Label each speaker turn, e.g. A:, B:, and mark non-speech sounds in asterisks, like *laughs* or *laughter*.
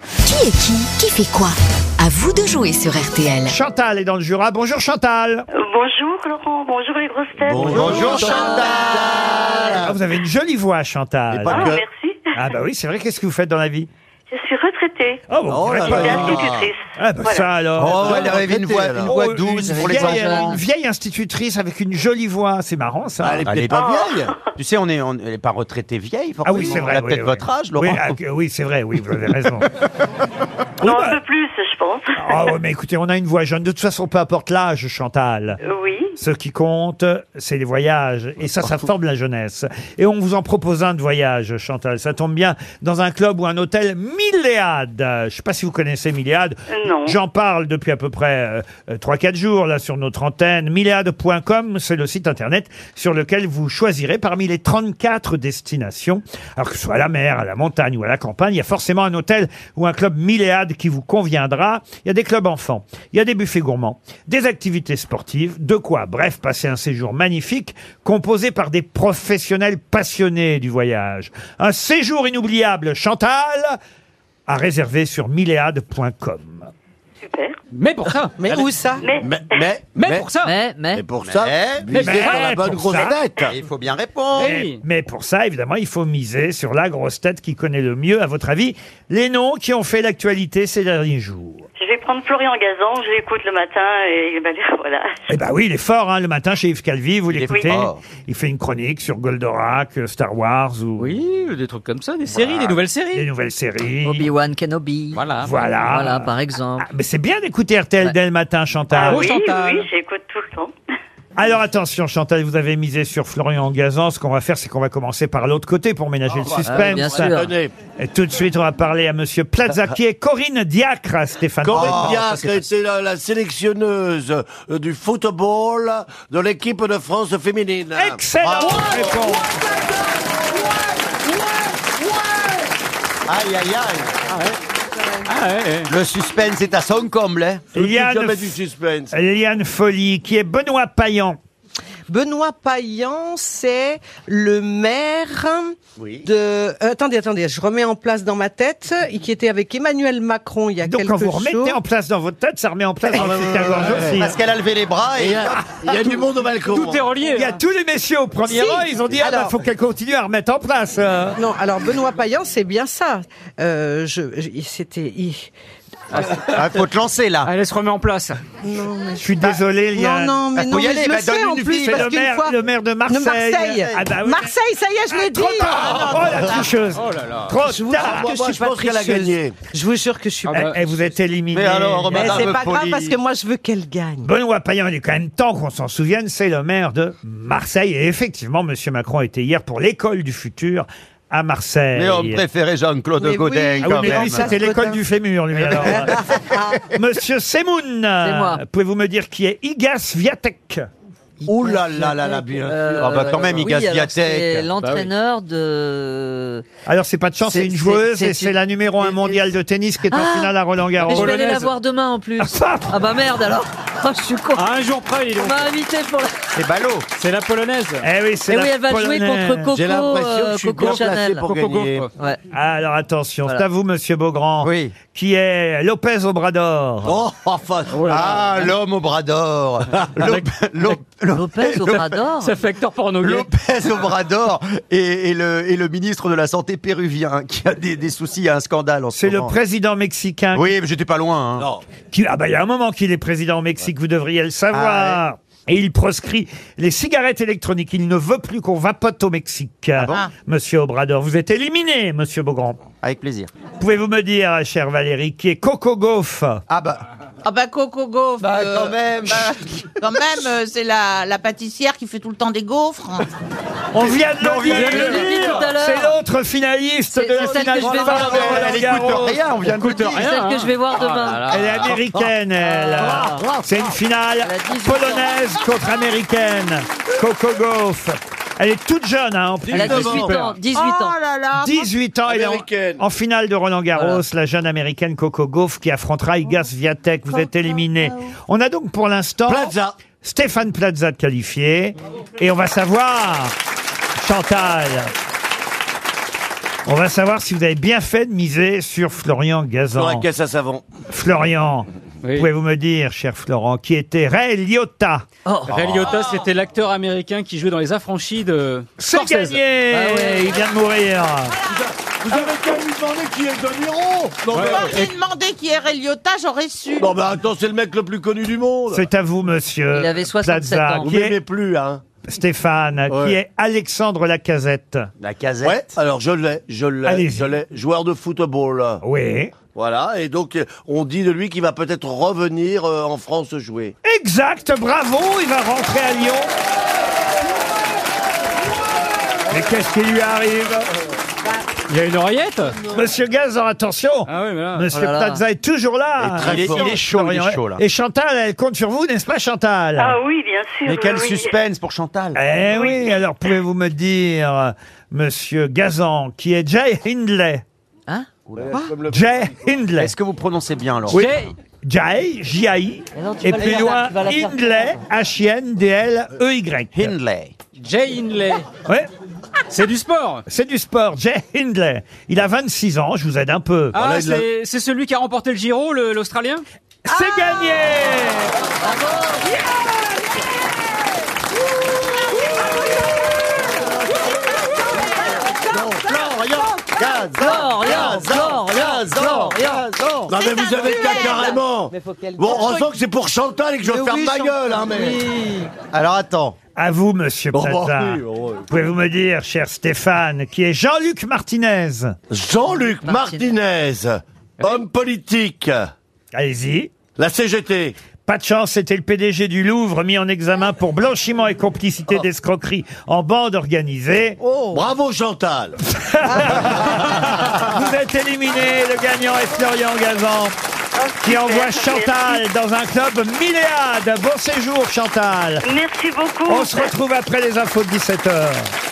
A: Qui est qui Qui fait quoi À vous de jouer sur RTL.
B: Chantal est dans le Jura. Bonjour Chantal.
C: Euh, Bonjour Laurent, bonjour les grosses têtes.
D: Bonjour Chantal
B: Ah, vous avez une jolie voix Chantal.
D: Et pas
C: Ah,
D: que-
C: merci.
B: Ah bah oui, c'est vrai. Qu'est-ce que vous faites dans la vie
C: Je suis retraitée.
B: Oh, bon,
D: Oh
B: vous
D: là
B: avez pas-
C: J'étais
D: là.
C: institutrice.
B: Ah bah
C: Voilà.
B: ça alors.
D: Oh, elle avait une voix, une
B: Oh,
D: voix douce
B: une
D: pour les
B: vieille,
D: enfants.
B: une vieille institutrice avec une jolie voix, c'est marrant ça.
D: Ah, Elle est peut-être
C: Ah.
D: pas vieille. Tu sais, on est, on, elle n'est pas retraitée vieille,
B: Ah
D: forcément.
B: oui, c'est vrai.
D: Elle a
B: oui,
D: peut-être
B: oui.
D: votre âge, Laurent.
B: Oui, ah, que- oui, c'est vrai, oui, vous avez
D: *laughs*
B: raison. Oui,
C: Non,
B: bah,
C: un peu plus, je pense.
B: ah ouais, mais écoutez, on a une voix jeune. De toute façon, peu importe l'âge, Chantal.
C: Oui.
B: Ce qui compte, c'est les voyages. Et ça, ça forme la jeunesse. Et on vous en propose un de voyage, Chantal. Ça tombe bien. Dans un club ou un hôtel, Milléade. Euh, Je sais pas si vous connaissez Milléade.
C: Non.
B: J'en parle depuis à peu près 3-4 jours, là, sur notre antenne. Milléade.com, c'est le site internet sur lequel vous choisirez parmi les 34 destinations. Alors que ce soit à la mer, à la montagne ou à la campagne, il y a forcément un hôtel ou un club Milléade qui vous conviendra. Il y a des clubs enfants, il y a des buffets gourmands, des activités sportives, de quoi, bref, passer un séjour magnifique composé par des professionnels passionnés du voyage. Un séjour inoubliable, Chantal, à réserver sur milléade.com.
C: Super.
E: Mais pour ça Mais où ça
C: Mais,
D: Mais, mais,
E: Mais pour ça
F: Mais, mais,
G: Et pour ça,
D: Mais-
G: misez sur la
B: mais-
G: bonne
B: pour
G: grosse
B: ça.
G: tête.
D: il faut bien répondre.
E: Eh oui.
B: Mais pour ça, évidemment, il faut miser sur la grosse tête qui connaît le mieux, à votre avis, les noms qui ont fait l'actualité ces derniers jours.
C: je vais prendre Florian Gazan, je l'écoute le matin et ben, *laughs* voilà.
B: Eh ben oui, il est fort, hein, le matin chez Yves Calvi, vous
D: est
B: l'écoutez.
D: fort.
B: Il fait une chronique sur Goldorak, euh, Star Wars ou
E: Oui, des trucs comme ça, des séries, des nouvelles
B: les
E: séries.
B: nouvelles séries.
F: Obi-Wan Kenobi.
E: Voilà.
B: Voilà.
F: Voilà, par
B: Ah,
F: exemple.
B: mais c'est bien d'écouter RTL dès le matin, Chantal.
E: Ah
C: oui,
E: Chantal.
C: oui, j'écoute tout le temps.
B: Alors attention, Chantal, vous avez misé sur Florian Gazan. Ce qu'on va faire, c'est qu'on va commencer par l'autre côté pour ménager le suspense.
F: Ah oui, bien sûr.
G: Tenez,
B: Et tout de suite, on va parler à Monsieur Plaza, qui est Corinne Diacre, Stéphane.
G: Corinne Diacre, c'est la, la sélectionneuse euh, du football de l'équipe de France féminine.
B: Excellente
G: Bravo.
B: réponse.
D: Aïe, aïe, aïe. Le suspense est à son comble. hein.
G: Je ne dis
B: Yann
G: jamais
B: F-
G: du suspense.
B: Liane Folie, qui est Benoît Payan.
H: Benoît Payan, c'est le maire
G: Oui.
H: de. euh, attendez, attendez, je remets en place dans ma tête, et qui était avec Emmanuel Macron il y a
B: Donc,
H: quelques
B: quand vous remettez
H: jours.
B: en place dans votre tête, ça remet en place dans votre gorge aussi.
D: Parce qu'elle a levé les bras
G: Et Il
D: et...
G: y a, il y a du monde au balcon.
E: Tout est relié.
B: Il y a tous les messieurs au premier
H: Si.
B: rang, ils ont dit, ah bah,
H: Alors-
B: faut qu'elle continue à remettre en place. euh.
H: Non, alors Benoît Payan, c'est bien ça. Euh, je, je- il- c'était. il-
D: Ah, faut te lancer, là.
E: Allez, se remet en place.
H: Non, mais-
B: Je suis désolé, Liane.
H: non, non, mais
D: faut
H: non,
D: y
H: mais
D: aller,
H: je le
D: bah, donne
H: sais en
D: une
H: plus
D: fille,
B: C'est
H: parce
B: le
H: qu'une
B: maire,
H: fois.
B: le maire de Marseille.
H: De Marseille.
B: Ah bah oui.
H: Marseille, ça y est, je l'ai dit. Ah,
B: Trop tard. Oh, la tricheuse. Trop
H: Je vous
B: tard.
H: jure
G: Moi,
H: que je suis
G: je
H: pas
G: pense qu'elle a
H: tricheuse.
G: gagné.
H: Je vous jure que je suis
E: Ah
H: pas.
E: bah,
B: Et Eh, vous êtes éliminé.
D: Mais alors,
B: oh, bah,
H: Mais
D: Madame
H: c'est pas grave
D: Poli.
H: parce que moi je veux qu'elle gagne.
B: Benoît Payan, il est quand même temps qu'on s'en souvienne, c'est le maire de Marseille. Et effectivement, Monsieur Macron était hier pour l'école du futur à Marseille.
D: Mais on préférait Jean-Claude
H: Mais oui.
D: Godin,
B: Ah oui,
D: quand
B: mais
D: même.
B: lui, c'était l'école du fémur, lui,
F: *laughs*
B: alors. Monsieur Semoun.
F: Ah. moi.
B: Pouvez-vous me dire qui est Igas Viatek
D: Ouh là là là là, bien sûr. Ah bah quand même, il
F: Euh,
D: Bah
F: oui,
D: gaspille
F: alors,
D: la
F: C'est
G: Bah
D: tête.
F: l'entraîneur de.
B: Alors, c'est pas de chance, c'est
F: C'est-
B: une
F: c'est-
B: joueuse
F: c'est-
B: et c'est la numéro un mondiale de tennis qui est en
F: Ah
B: finale à
F: Mais je
B: Roland-Garros.
F: vais aller la voir demain en plus.
B: Ah,
F: Ah bah merde alors. *laughs* Ah, je suis con.
E: À un jour près, il
F: On m'a invité pour la.
D: C'est ballot.
E: C'est la polonaise.
B: Eh oui, c'est
F: Eh
B: la
F: oui, elle va jouer
B: Polonaise.
F: contre Coco,
G: J'ai l'impression que
F: euh,
G: je suis
F: Coco
G: bien placé
F: Chanel.
G: pour gagner.
F: Ouais.
B: Alors, attention, c'est
F: Voilà.
B: à vous, Monsieur Beaugrand,
D: Oui.
B: qui est Lopez Obrador.
D: Oh, enfin. Ah, l'homme au bras d'or. L'op- l'op-
F: Lopez Obrador.
E: Ça fait acteur porno. gay.
D: Lopez Obrador et, et le, et le ministre de la Santé péruvien qui a des, des soucis à un scandale en ce
B: C'est le
D: moment.
B: président mexicain
D: Oui, mais j'étais pas loin. hein.
G: Non.
B: Qui- ah bah il y a un moment qu'il est président au Mexique, vous devriez le savoir. Et il proscrit les cigarettes électroniques. Il ne veut plus qu'on vapote au Mexique. euh,
D: bon
B: monsieur Obrador, vous êtes éliminé, monsieur Beaugrand.
D: Avec plaisir.
B: Pouvez-vous me dire, euh, cher Valérie, qui est Coco Gauff
D: Ah bah,
I: Ah bah Coco Gaufre,
D: bah,
I: euh,
D: quand même. bah.
I: quand même, euh, c'est la, la pâtissière qui fait tout le temps des gaufres.
B: On vient de
D: On
B: le
D: vient de
F: Je
B: dire
F: l'ai dit tout à l'heure.
B: C'est l'autre finaliste
F: C'est-
B: de la
F: c'est celle que
B: finale
F: je vais
B: de
F: voir.
D: Elle écoute
B: Roland-Garros.
D: rien, on vient de le dire. Ah.
F: C'est celle que je vais voir
E: Ah
G: Ah,
F: demain.
B: Elle est américaine, elle. C'est une finale
F: Elle a 18 ans.
B: polonaise contre américaine. Coco Gauff. Elle est toute jeune, hein, en plus.
F: Elle a 18 ans. 18 ans.
I: Oh là là
B: 18 ans, elle est
G: Américaine.
B: en, en finale de Roland Garros, la jeune américaine Coco Gauff qui affrontera Igas Viatek. Vous êtes éliminé. On a donc pour l'instant
G: Plaza.
B: Stéphane Plaza de qualifié et on va savoir Chantal. On va savoir si vous avez bien fait de miser sur Florian
D: Bah.
G: Dans la
B: Gazan.
G: caisse à savon.
B: Florian,
E: Oui.
B: pouvez-vous me dire, cher Florent, qui était Ray Liotta
E: Ray Liotta, c'était l'acteur américain qui jouait dans Les Affranchis de
B: C'est
E: Scorsese.
B: gagné
E: Ah ouais.
B: Il vient de mourir.
G: Vous avez qu'à lui demander qui est De Niro Non,
E: Ouais.
G: mais,
I: Quand j'ai demandé qui est Liotta, j'aurais su.
G: non, mais attends, c'est le mec le plus connu du monde.
B: C'est à vous, monsieur.
F: Il avait 67
B: Plaza,
F: ans.
G: Vous
B: Qui est
G: m'aimez plus, hein
B: Stéphane, qui
G: Ouais.
B: est Alexandre Lacazette.
D: La
G: Ouais,
D: casette.
G: alors je l'ai, je l'ai,
B: Allez-y.
G: je l'ai. Joueur de football.
B: Oui.
G: Voilà, et donc euh, on dit de lui qu'il va peut-être revenir euh, en France jouer.
B: Exact, bravo, il va rentrer à Lyon. Mais qu'est-ce qui lui arrive
E: Il y a une oreillette
B: Monsieur Gazan, attention
E: Ah oui, mais là.
B: Monsieur
F: Oh là là.
B: Plaza est toujours là.
G: Il est très
D: Il est, il est chaud, il est chaud là.
B: Et Chantal, elle compte sur vous, n'est-ce pas Chantal
C: Ah oui, bien sûr.
D: Mais quel
C: oui, oui.
D: suspense pour Chantal.
B: Eh oui, alors pouvez-vous me dire, euh, monsieur Gazan, qui est Jay Hindley
D: Hein
G: Comme le-
B: Jay Hindley.
D: Est-ce que vous prononcez bien alors
B: Oui.
E: Jay-
B: Jay, J-A-I,
F: Mais non, tu
B: et
F: vas
B: plus
F: la-
B: loin,
F: tu vas la faire
B: Hindley, H-I-N-D-L-E-Y.
D: Hindley.
E: Jay Hindley.
B: Oui,
E: C'est du sport.
B: c'est du sport, Jay Hindley. Il a 26 ans, je vous aide un peu.
E: Ah,
G: Voilà, il
E: c'est c'est celui qui a remporté le Giro, le- l'Australien
B: C'est gagné
F: Florian, Florian, Florian.
G: Non, mais vous avez qu'à carrément. Bon, heureusement que c'est pour Chantal et que je vais ferme ma gueule, hein, mais.
D: Alors attends.
B: À vous, monsieur
G: Bon, bon,
B: Plaza.
G: oui, bon, oui.
B: Pouvez-vous me dire, cher Stéphane, qui est Jean-Luc Martinez
G: Jean-Luc Martinez, homme politique,
B: Allez-y.
G: la CGT.
B: Pas de chance, c'était le PDG du Louvre mis en examen pour blanchiment et complicité
G: Oh.
B: d'escroquerie en bande organisée.
G: Bravo Chantal.
B: Vous êtes éliminé, le gagnant est Florian Gazan. Qui envoie Chantal dans un club Milléade. Bon séjour, Chantal.
C: Merci beaucoup.
B: On se retrouve après les infos de 17h.